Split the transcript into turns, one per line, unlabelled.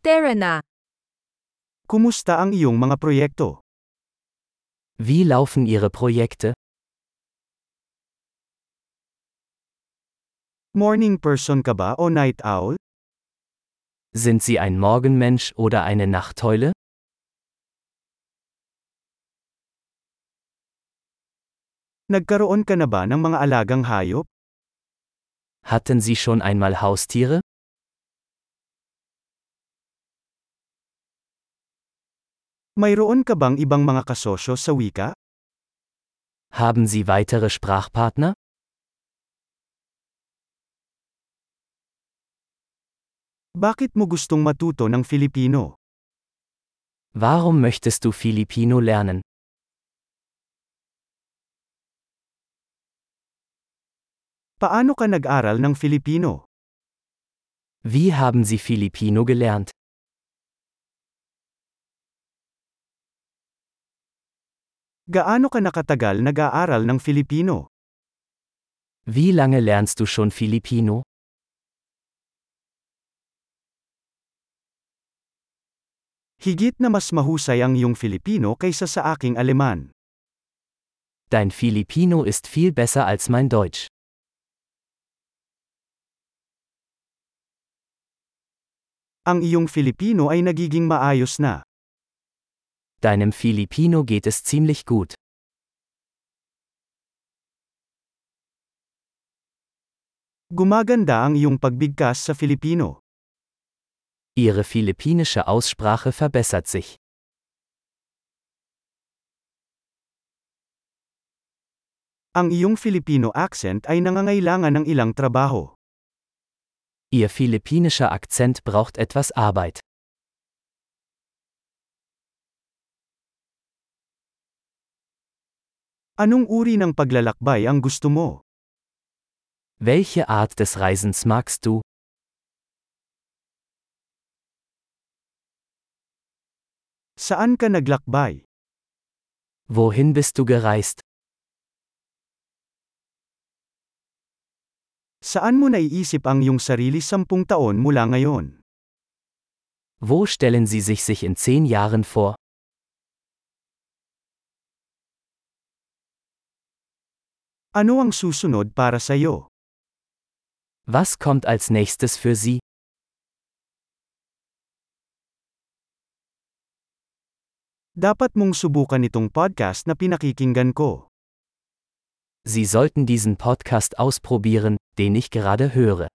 Tara na!
Kumusta ang iyong mga proyekto?
Wie laufen Ihre Projekte?
Morning person ka ba o night owl?
Sind Sie ein Morgenmensch oder eine Nachteule?
Nagkaroon ka na ba ng mga alagang hayop?
Hatten Sie schon einmal Haustiere?
Mayroon ka bang ibang mga kasosyo sa wika?
Haben Sie weitere Sprachpartner?
Bakit mo gustong matuto ng Filipino?
Warum möchtest du Filipino lernen?
Paano ka nag-aral ng Filipino?
Wie haben Sie Filipino gelernt?
Gaano ka nakatagal nag-aaral ng Filipino?
Wie lange lernst du schon Filipino?
Higit na mas mahusay ang iyong Filipino kaysa sa aking Aleman.
Dein Filipino ist viel besser als mein Deutsch.
Ang iyong Filipino ay nagiging maayos na.
Deinem Filipino geht es ziemlich gut.
Gumaganda ang iyong pagbigkas sa Filipino.
Ihre philippinische Aussprache verbessert sich.
Ang iyong Filipino accent ay nangangailangan ng ilang trabaho.
Ihr philippinischer Akzent braucht etwas Arbeit.
Anong uri ng paglalakbay ang gusto mo?
Welche Art des Reisens magst du?
Saan ka naglakbay?
Wohin bist du gereist?
Saan mo naiisip ang iyong sarili sampung taon mula ngayon?
Wo stellen Sie sich sich in zehn Jahren vor?
Ano ang susunod para sa iyo?
Was kommt als nächstes für Sie?
Dapat mong subukan itong podcast na pinakikinggan ko.
Sie sollten diesen Podcast ausprobieren, den ich gerade höre.